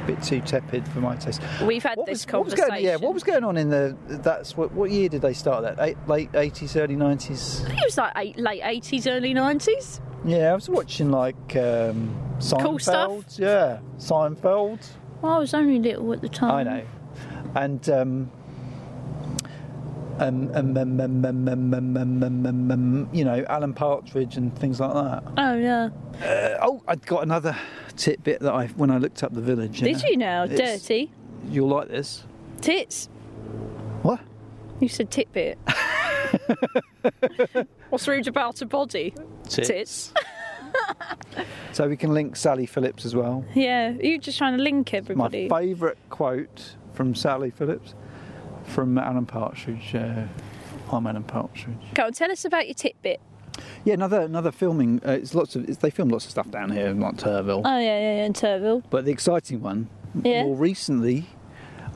Speaker 2: a bit too tepid for my taste.
Speaker 1: We've had
Speaker 2: What
Speaker 1: this
Speaker 2: was- what was
Speaker 1: conversation.
Speaker 2: going, yeah, what was going on in the? That's what. What year did they start that? Eight, late eighties, early nineties.
Speaker 1: I think it was like eight, late eighties, early nineties.
Speaker 2: Yeah, I was watching like um, Seinfeld.
Speaker 1: Cool stuff.
Speaker 2: Yeah, Seinfeld.
Speaker 1: I was only little at the time.
Speaker 2: I know, and. Um, um, um, um, um, um, um, um, um, um, um, um, you know, Alan Partridge and things like that.
Speaker 1: Oh yeah.
Speaker 2: Uh, oh, I'd got another tidbit that I when I looked up the village.
Speaker 1: Did you now?
Speaker 2: It's-
Speaker 1: Dirty
Speaker 2: You'll like this.
Speaker 1: tits.
Speaker 2: What?
Speaker 1: You
Speaker 2: [LAUGHS]
Speaker 1: said titbit. What's rude about a body?
Speaker 2: [LAUGHS] So we can link Sally Phillips as well.
Speaker 1: Yeah, you're just trying to link
Speaker 2: My
Speaker 1: everybody.
Speaker 2: favourite quote from Sally Phillips from Alan Partridge. Uh, I'm Alan Partridge.
Speaker 1: Go on, tell us about your titbit.
Speaker 2: Yeah, another another filming. Uh, it's lots of it's, they film lots of stuff down here in like Turville.
Speaker 1: Oh yeah, yeah, yeah, in Turville.
Speaker 2: But the exciting one, m-
Speaker 1: Yeah.
Speaker 2: more recently,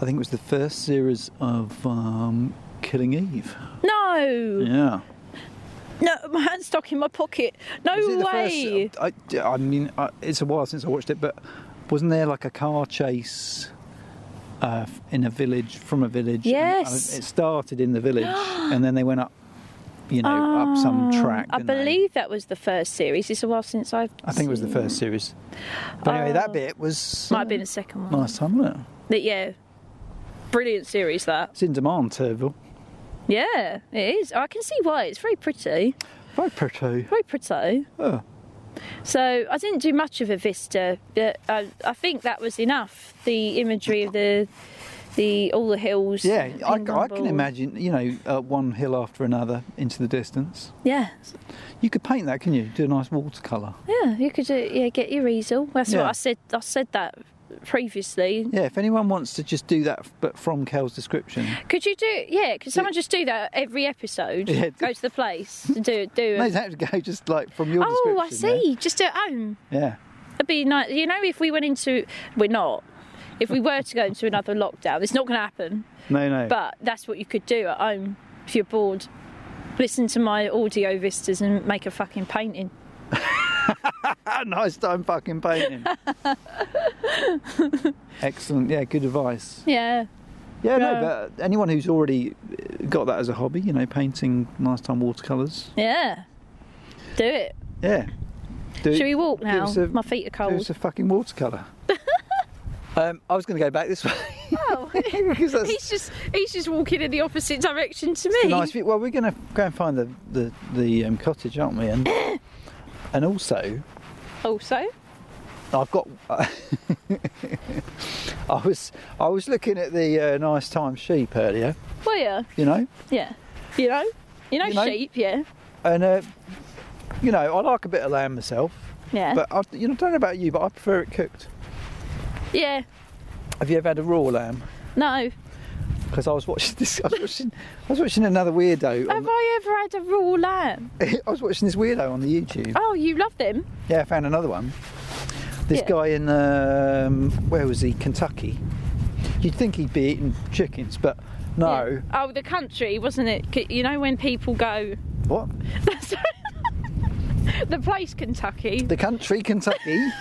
Speaker 2: I think it was the first series of um, Killing Eve.
Speaker 1: No,
Speaker 2: Yeah.
Speaker 1: no, [LAUGHS] my hand's stuck in my pocket. No
Speaker 2: Was it the
Speaker 1: way.
Speaker 2: first- um, I, I mean, I, it's a while since I watched it, but wasn't there like a car chase uh, in a village from a village? and, uh,
Speaker 1: Yes.
Speaker 2: it started in the
Speaker 1: [GASPS]
Speaker 2: village, and then they went up, you know, up some
Speaker 1: Ah,
Speaker 2: track.
Speaker 1: I
Speaker 2: didn't they?
Speaker 1: believe that was the first series. It's a while since I've.
Speaker 2: I think it was the first series. But anyway,
Speaker 1: Oh.
Speaker 2: that bit was
Speaker 1: Might have been the second one.
Speaker 2: nice time, wasn't it?
Speaker 1: But yeah, brilliant series that.
Speaker 2: It's in demand, Turville.
Speaker 1: Yeah, it is. I can see why. It's very pretty.
Speaker 2: Very pretty.
Speaker 1: Very pretty.
Speaker 2: Oh.
Speaker 1: So I didn't do much of a vista, but I, I think that was enough. The imagery of the, the all the hills.
Speaker 2: Yeah, I,
Speaker 1: Ping
Speaker 2: I
Speaker 1: Bumble.
Speaker 2: can imagine, you know, uh, one hill after another into the distance.
Speaker 1: Yeah,
Speaker 2: You could paint that, can you? Do a nice watercolour.
Speaker 1: yeah. You could do, yeah get your easel. That's what
Speaker 2: Yeah.
Speaker 1: I said. I said that previously.
Speaker 2: Yeah, if anyone wants to just do that, but from Kel's description,
Speaker 1: Could you do? Yeah, could someone just do that every episode?
Speaker 2: Yeah.
Speaker 1: Go to the place and do do.
Speaker 2: no,
Speaker 1: A,
Speaker 2: you don't have to go just like from your
Speaker 1: oh, I
Speaker 2: description.
Speaker 1: see. Just do it home.
Speaker 2: there. Yeah.
Speaker 1: It'd be nice. You know, if we went into, we're not. If we were to go into another lockdown, it's not going to happen.
Speaker 2: No, no.
Speaker 1: But that's what you could do at home if you're bored. Listen to my audio vistas and make a fucking painting.
Speaker 2: Ah, nice time fucking
Speaker 1: [LAUGHS]
Speaker 2: painting. Excellent. Yeah, good advice.
Speaker 1: Yeah.
Speaker 2: Yeah,
Speaker 1: Yeah.
Speaker 2: no, but anyone who's already uh, got that as a hobby, you know, painting nice time watercolours.
Speaker 1: Yeah. Do it.
Speaker 2: Yeah. Do
Speaker 1: Should we walk
Speaker 2: give
Speaker 1: now?
Speaker 2: us a-
Speaker 1: My feet are
Speaker 2: It
Speaker 1: cold.
Speaker 2: was a fucking
Speaker 1: [LAUGHS]
Speaker 2: watercolour. um, I was going to go back this way. [LAUGHS]
Speaker 1: Oh.
Speaker 2: because that's
Speaker 1: [LAUGHS] he's just he's just walking in the opposite direction to
Speaker 2: a
Speaker 1: me.
Speaker 2: nice view. Well, we're going to go and find the, the, the um, cottage, aren't we? And, and also,
Speaker 1: Also.
Speaker 2: I've got. [LAUGHS] I was I was looking at the uh, nice time sheep earlier,
Speaker 1: Well yeah.
Speaker 2: you know,
Speaker 1: Yeah. You know? You know,
Speaker 2: You know?
Speaker 1: sheep, yeah.
Speaker 2: and uh, you know I like a bit of lamb myself,
Speaker 1: Yeah.
Speaker 2: but I, you know I don't know about you, but I prefer it cooked.
Speaker 1: yeah.
Speaker 2: Have you ever had a raw lamb?
Speaker 1: No.
Speaker 2: Because I was watching [LAUGHS] this, I was watching, I was watching another weirdo.
Speaker 1: Have
Speaker 2: On, [LAUGHS]
Speaker 1: I ever had a raw lamb?
Speaker 2: I was watching this weirdo on the YouTube.
Speaker 1: Oh, you love them?
Speaker 2: Yeah, I found another one. This
Speaker 1: Yeah.
Speaker 2: guy in um, where was he? Kentucky. You'd think he'd be eating chickens, but no.
Speaker 1: Yeah. Oh, the country, wasn't it? C- You know when people go. [LAUGHS]
Speaker 2: What?
Speaker 1: That's the place, Kentucky.
Speaker 2: The country Kentucky. [LAUGHS]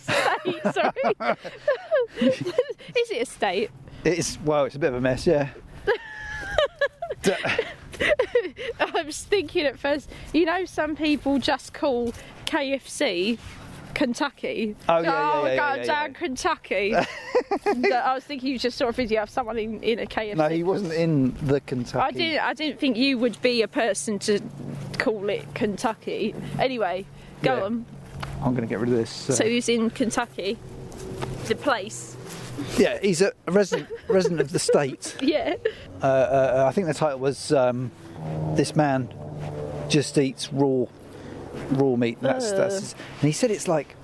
Speaker 1: State, [LAUGHS] sorry. [LAUGHS] Is it a state?
Speaker 2: It's well, it's a bit of a mess, yeah.
Speaker 1: [LAUGHS]
Speaker 2: D-
Speaker 1: [LAUGHS] I was thinking at first. You know, some people just call KFC Kentucky.
Speaker 2: Oh, yeah, yeah,
Speaker 1: oh
Speaker 2: yeah, yeah,
Speaker 1: God,
Speaker 2: yeah,
Speaker 1: down
Speaker 2: yeah. [LAUGHS]
Speaker 1: Kentucky. And, uh, I was thinking you just saw a video of someone in, in a KFC.
Speaker 2: no, he wasn't in the Kentucky.
Speaker 1: I didn't. I didn't think you would be a person to call it Kentucky. Anyway, go
Speaker 2: Yeah.
Speaker 1: on.
Speaker 2: I'm going to get rid of this. uh,
Speaker 1: So who's in Kentucky? The place.
Speaker 2: yeah, he's a resident resident of the state.
Speaker 1: Yeah.
Speaker 2: Uh, uh, I think the title was um, "This Man Just Eats Raw Raw Meat." That's that's.
Speaker 1: Ugh.
Speaker 2: his- and he said it's like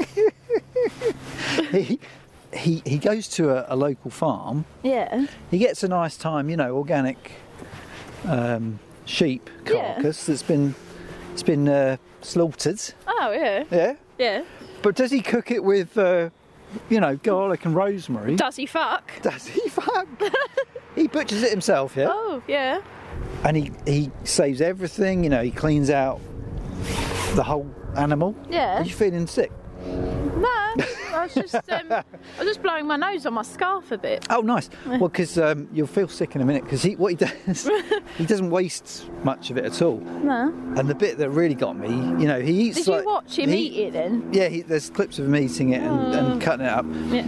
Speaker 2: [LAUGHS] he he he goes to a, a local farm.
Speaker 1: Yeah.
Speaker 2: He gets a nice time, you know, organic um, sheep
Speaker 1: Yeah.
Speaker 2: carcass that's been it's been uh,
Speaker 1: [LAUGHS]
Speaker 2: slaughtered.
Speaker 1: Oh yeah.
Speaker 2: Yeah,
Speaker 1: Yeah.
Speaker 2: but does he cook it with, uh, you know, garlic and rosemary?
Speaker 1: Does he fuck?
Speaker 2: Does he? [LAUGHS] Fuck. he butchers it himself, yeah.
Speaker 1: Oh yeah.
Speaker 2: And he he saves everything. You know, he cleans out the whole animal.
Speaker 1: Yeah.
Speaker 2: Are you feeling sick?
Speaker 1: No. I was just um, I was just blowing my nose on my scarf a bit.
Speaker 2: Oh,
Speaker 1: [LAUGHS]
Speaker 2: nice. Well, because um, you'll feel sick in a minute. Because he what he
Speaker 1: [LAUGHS]
Speaker 2: does, he doesn't waste much of it at all.
Speaker 1: No.
Speaker 2: And the bit that really got me, you know, he eats.
Speaker 1: Did
Speaker 2: like-
Speaker 1: you watch him Oh.
Speaker 2: he-
Speaker 1: eat it then?
Speaker 2: Yeah, he, there's clips of him eating it and, and cutting it up.
Speaker 1: Yeah.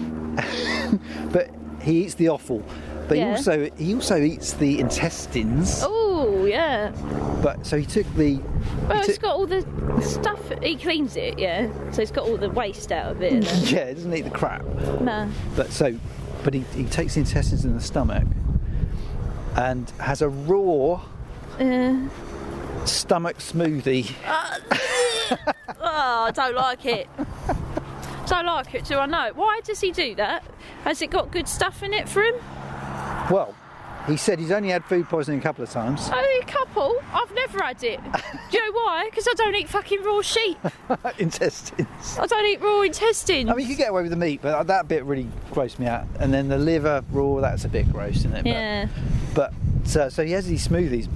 Speaker 2: [LAUGHS] But he eats the offal. But
Speaker 1: Yeah.
Speaker 2: he also he also eats the intestines.
Speaker 1: Oh yeah.
Speaker 2: But so he took the.
Speaker 1: Well,
Speaker 2: he
Speaker 1: Oh, it's
Speaker 2: took,
Speaker 1: got all the stuff. He cleans it, yeah. So it's got all the waste out of it.
Speaker 2: yeah, he doesn't eat the crap.
Speaker 1: no.
Speaker 2: But so, but he, he takes the intestines and the stomach, and has a raw
Speaker 1: Uh,
Speaker 2: stomach smoothie.
Speaker 1: [LAUGHS] oh, I don't like it. Don't like it. Do I know? Why does he do that? Has it got good stuff in it for him?
Speaker 2: Well, He said he's only had food poisoning a couple of times. [LAUGHS]
Speaker 1: Only a couple. I've never had it. Do you know why? Because I don't eat fucking raw sheep.
Speaker 2: Intestines.
Speaker 1: I don't eat raw intestines.
Speaker 2: I mean, you could get away with the meat, but that bit really grossed me out. And then the liver raw, that's a bit gross, isn't it? But-
Speaker 1: yeah.
Speaker 2: But so, so he has these smoothies,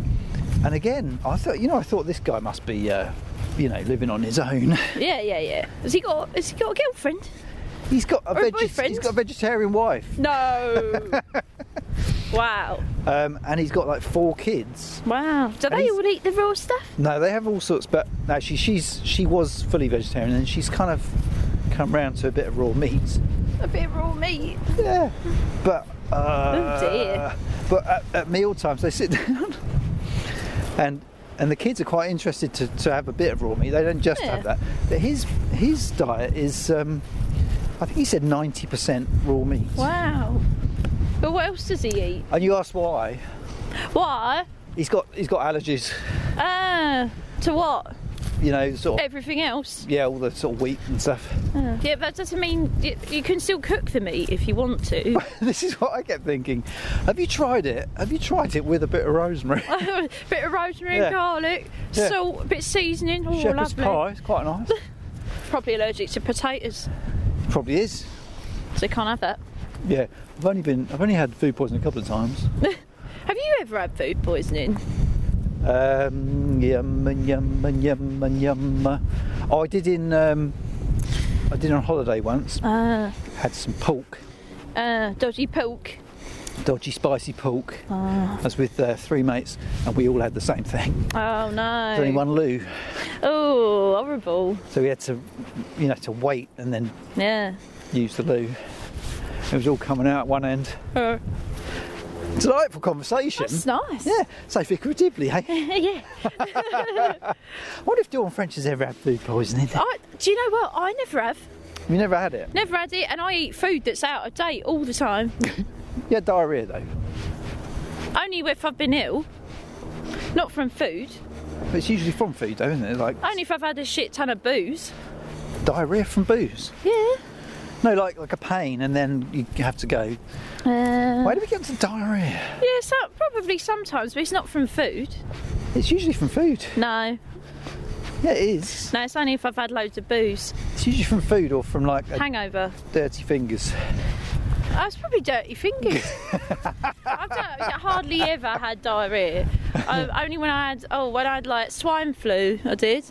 Speaker 2: and again, I thought, you know, I thought this guy must be, uh, you know, living on his own. [LAUGHS]
Speaker 1: Yeah, yeah, yeah. Has he got? Has he got a girlfriend?
Speaker 2: he's got a,
Speaker 1: Or a
Speaker 2: veg- he's
Speaker 1: boyfriend.
Speaker 2: got a vegetarian wife,
Speaker 1: No. [LAUGHS] wow.
Speaker 2: um, and he's got like four kids.
Speaker 1: Wow. Do
Speaker 2: And
Speaker 1: they
Speaker 2: he's-
Speaker 1: all eat the raw stuff?
Speaker 2: No, they have all sorts, but actually, she's she was fully vegetarian, and she's kind of come round to a bit of raw meat.
Speaker 1: A bit of raw meat.
Speaker 2: Yeah, but uh,
Speaker 1: Oh, dear.
Speaker 2: But at, at meal times they sit [LAUGHS] down, and and the kids are quite interested to, to have a bit of raw meat. They don't just have
Speaker 1: Yeah.
Speaker 2: that. But his his diet is, um, I think he said ninety percent raw meat.
Speaker 1: Wow. But what else does he eat?
Speaker 2: And you ask why?
Speaker 1: Why?
Speaker 2: He's got he's got allergies.
Speaker 1: Ah. To what?
Speaker 2: You know, sort of
Speaker 1: Everything else.
Speaker 2: yeah, all the sort of wheat and stuff.
Speaker 1: Ah. Yeah, but that doesn't mean you, you can still cook the meat if you want [LAUGHS] to.
Speaker 2: [LAUGHS] this is what I kept thinking. Have you tried it? Have you tried it with a bit of rosemary?
Speaker 1: Oh, bit of rosemary
Speaker 2: Yeah.
Speaker 1: and garlic,
Speaker 2: Yeah.
Speaker 1: salt, a bit of seasoning.
Speaker 2: [LAUGHS]
Speaker 1: Oh,
Speaker 2: Shepherd's
Speaker 1: lovely.
Speaker 2: pie, it's quite nice.
Speaker 1: Probably allergic to potatoes,
Speaker 2: Probably is.
Speaker 1: so they can't have that.
Speaker 2: Yeah, I've only been I've only had food poisoning a couple of
Speaker 1: [LAUGHS]
Speaker 2: times.
Speaker 1: Have you ever had food poisoning?
Speaker 2: Um, yum and yum and yum and yum. Oh, I did in um, I did on holiday once.
Speaker 1: Ah.
Speaker 2: Had some pork,
Speaker 1: Uh, dodgy poke.
Speaker 2: dodgy spicy pork.
Speaker 1: Ah.
Speaker 2: I was with uh, three mates, and we all had the same thing.
Speaker 1: Oh
Speaker 2: There's only
Speaker 1: no.
Speaker 2: one loo,
Speaker 1: Oh, horrible.
Speaker 2: so we had to, you know, to wait and then
Speaker 1: Yeah.
Speaker 2: use the loo. It was all coming out at one end.
Speaker 1: Uh,
Speaker 2: Delightful conversation.
Speaker 1: that's nice.
Speaker 2: Yeah, so figuratively, hey.
Speaker 1: [LAUGHS] yeah.
Speaker 2: [LAUGHS] I wonder if Dawn French has ever had food poisoning.
Speaker 1: I, do you know what? I never have.
Speaker 2: You never had it.
Speaker 1: Never had it, and I eat food that's out of date all the time.
Speaker 2: You had diarrhea though.
Speaker 1: Only if I've been ill. Not from food.
Speaker 2: But it's usually from food though, isn't it? Like
Speaker 1: Only if I've had a shit ton of booze.
Speaker 2: diarrhea from booze.
Speaker 1: Yeah.
Speaker 2: No, like like a pain, and then you have to go.
Speaker 1: Uh,
Speaker 2: Why do we get to diarrhea?
Speaker 1: yeah, so, probably sometimes, but it's not from food.
Speaker 2: It's usually from food.
Speaker 1: No.
Speaker 2: Yeah, it is.
Speaker 1: No, it's only if I've had loads of booze.
Speaker 2: It's usually from food or from like a
Speaker 1: Hangover.
Speaker 2: dirty fingers. [LAUGHS]
Speaker 1: I was probably dirty fingers. I don't, I hardly ever had diarrhoea. Um, only when I had oh when I had like swine flu, I did.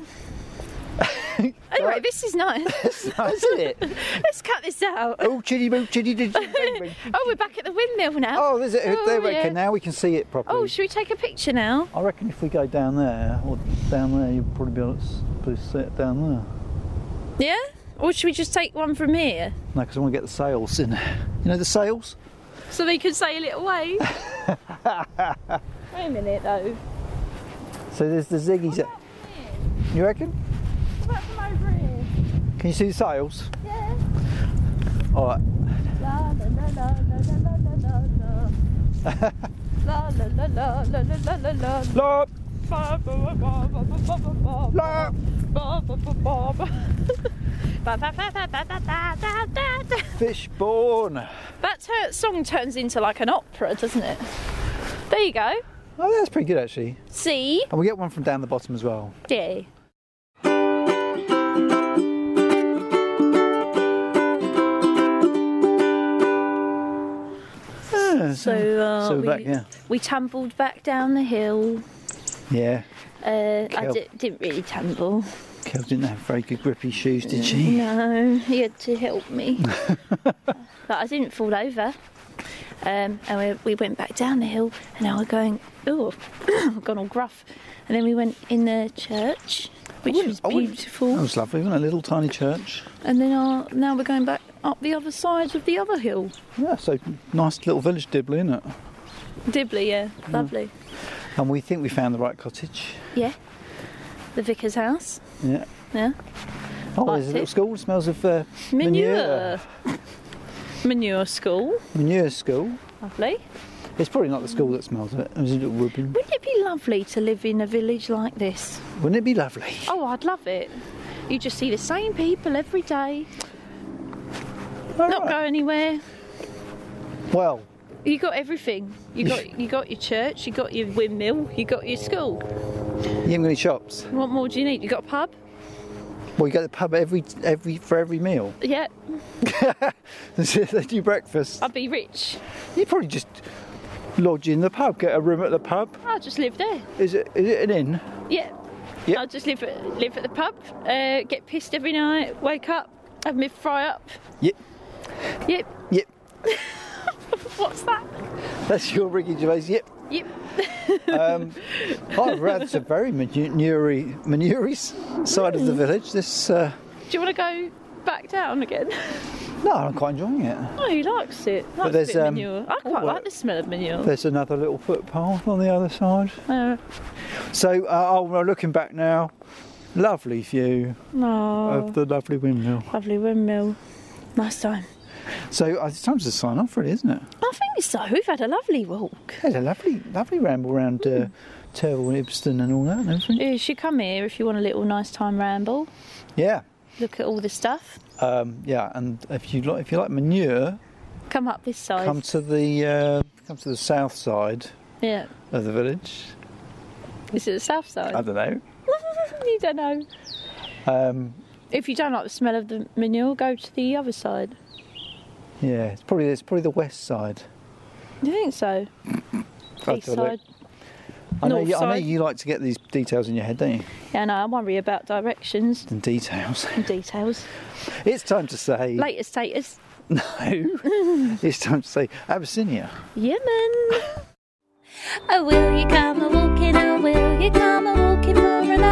Speaker 1: Anyway,
Speaker 2: Right.
Speaker 1: this is nice. [LAUGHS]
Speaker 2: Isn't it?
Speaker 1: Let's cut this out.
Speaker 2: Oh, chitty boo, chitty doo, chitty boo,
Speaker 1: [LAUGHS]
Speaker 2: boo.
Speaker 1: Oh, we're back at the windmill now.
Speaker 2: Oh, there's it.
Speaker 1: Oh,
Speaker 2: there we
Speaker 1: yeah.
Speaker 2: go. Now we can see it properly.
Speaker 1: Oh, should we take a picture now?
Speaker 2: I reckon if we go down there or down there, you'll probably be able to s- probably see it down there.
Speaker 1: Yeah. Or should we just take one from here
Speaker 2: No, because I want to get the sails in. You know the
Speaker 1: [LAUGHS]
Speaker 2: sails?
Speaker 1: so they can sail it
Speaker 2: [LAUGHS]
Speaker 1: away? Wait a minute though.
Speaker 2: So there's the ziggies. there. You reckon?
Speaker 1: What about from over here?
Speaker 2: Can you see the sails?
Speaker 1: Yeah.
Speaker 2: All right.
Speaker 1: La la la la la la la la la. La la la la la la la la la.
Speaker 2: Lop,
Speaker 1: La.
Speaker 2: lop. Fishbourne.
Speaker 1: That tur- song turns into like an opera, doesn't it? There you go.
Speaker 2: Oh, that's pretty good actually.
Speaker 1: See?
Speaker 2: And we get one from down the bottom as well.
Speaker 1: Yeah.
Speaker 2: Yeah,
Speaker 1: So, uh,
Speaker 2: so we're
Speaker 1: we,
Speaker 2: back, yeah.
Speaker 1: we tumbled back down the hill.
Speaker 2: Yeah.
Speaker 1: Uh, I
Speaker 2: Cool.
Speaker 1: d- didn't
Speaker 2: [LAUGHS]
Speaker 1: really tumble.
Speaker 2: Kel didn't have very good grippy shoes, did she?
Speaker 1: No, he had to help me.
Speaker 2: [LAUGHS]
Speaker 1: but I didn't fall over. Um, and we, we went back down the hill, and now we're going, oh, [COUGHS] I've gone all gruff. And then we went in the church, which was
Speaker 2: I wouldn't- Oh.
Speaker 1: beautiful.
Speaker 2: That was lovely, wasn't it? A little tiny church.
Speaker 1: And then our, now we're going back up the other side of the other hill.
Speaker 2: Yeah, so nice little village Dibley, isn't it?
Speaker 1: Dibley, yeah,
Speaker 2: Mm.
Speaker 1: lovely.
Speaker 2: And we think we found the right cottage.
Speaker 1: Yeah. The vicar's house,
Speaker 2: Yeah.
Speaker 1: yeah.
Speaker 2: Oh,
Speaker 1: Liked
Speaker 2: there's a
Speaker 1: it.
Speaker 2: little school. Smells of uh,
Speaker 1: Manure. Manure school,
Speaker 2: Manure school.
Speaker 1: lovely.
Speaker 2: It's probably not the school that smells of it. It was a little ribbon.
Speaker 1: Wouldn't it be lovely to live in a village like this?
Speaker 2: Wouldn't it be lovely?
Speaker 1: Oh, I'd love it. You just see the same people every day,
Speaker 2: All
Speaker 1: not
Speaker 2: right.
Speaker 1: go anywhere.
Speaker 2: Well,
Speaker 1: You got everything. You [LAUGHS] got you got your church. You got your windmill. You got your school.
Speaker 2: You haven't got any shops.
Speaker 1: What more do you need? You got a pub.
Speaker 2: Well, you go to the pub every every for every meal. [LAUGHS]
Speaker 1: Yeah,
Speaker 2: they do breakfast.
Speaker 1: I'd be rich.
Speaker 2: You probably just lodge in the pub, get a room at the pub.
Speaker 1: I'll just live there.
Speaker 2: Is it is it an inn?
Speaker 1: Yeah.
Speaker 2: Yep.
Speaker 1: I'll just live at, live at the pub. Uh, get pissed every night. Wake up. Have me fry up.
Speaker 2: Yep,
Speaker 1: Yep.
Speaker 2: yep.
Speaker 1: What's that?
Speaker 2: That's your Ricky Gervais. [LAUGHS] Yep.
Speaker 1: Yep.
Speaker 2: Um, I've read the very manure manure side
Speaker 1: Mm.
Speaker 2: of the village. This uh,
Speaker 1: Do you want to go back down again? [LAUGHS]
Speaker 2: no, I'm quite enjoying it.
Speaker 1: Oh, he likes it. Likes a
Speaker 2: there's,
Speaker 1: bit of
Speaker 2: um,
Speaker 1: manure. I quite
Speaker 2: oh,
Speaker 1: like the smell of manure.
Speaker 2: There's another little footpath on the other side.
Speaker 1: Uh,
Speaker 2: So uh, oh, we're looking back now. Lovely view
Speaker 1: no.
Speaker 2: of the lovely windmill.
Speaker 1: Oh, Lovely windmill. Nice time.
Speaker 2: So uh, it's time to sign off, really, isn't it?
Speaker 1: I think so. We've had a lovely walk.
Speaker 2: Had a lovely, lovely ramble round uh, Turtle and Ibston and all that and everything.
Speaker 1: You should come here if you want a little nice time ramble.
Speaker 2: Yeah,
Speaker 1: Look at all the stuff.
Speaker 2: um, yeah. And if you like, if you like manure,
Speaker 1: Come up this side.
Speaker 2: come to the uh, come to the south side
Speaker 1: Yeah.
Speaker 2: of the village.
Speaker 1: Is it the south
Speaker 2: I
Speaker 1: side?
Speaker 2: don't know.
Speaker 1: you don't know.
Speaker 2: Um,
Speaker 1: If you don't like the smell of the manure, go to the other side.
Speaker 2: yeah, it's probably it's probably the west side.
Speaker 1: Do you think so?
Speaker 2: I'll
Speaker 1: East
Speaker 2: have a look.
Speaker 1: side.
Speaker 2: I know,
Speaker 1: north
Speaker 2: you, I know
Speaker 1: side.
Speaker 2: you like to get these details in your head, don't you?
Speaker 1: Yeah, no, I worry about directions
Speaker 2: And details.
Speaker 1: and details.
Speaker 2: It's time to say
Speaker 1: Later status.
Speaker 2: no. it's time to say Abyssinia.
Speaker 1: Yemen.
Speaker 4: Oh, will you come a walking? Oh, will you come a walking for a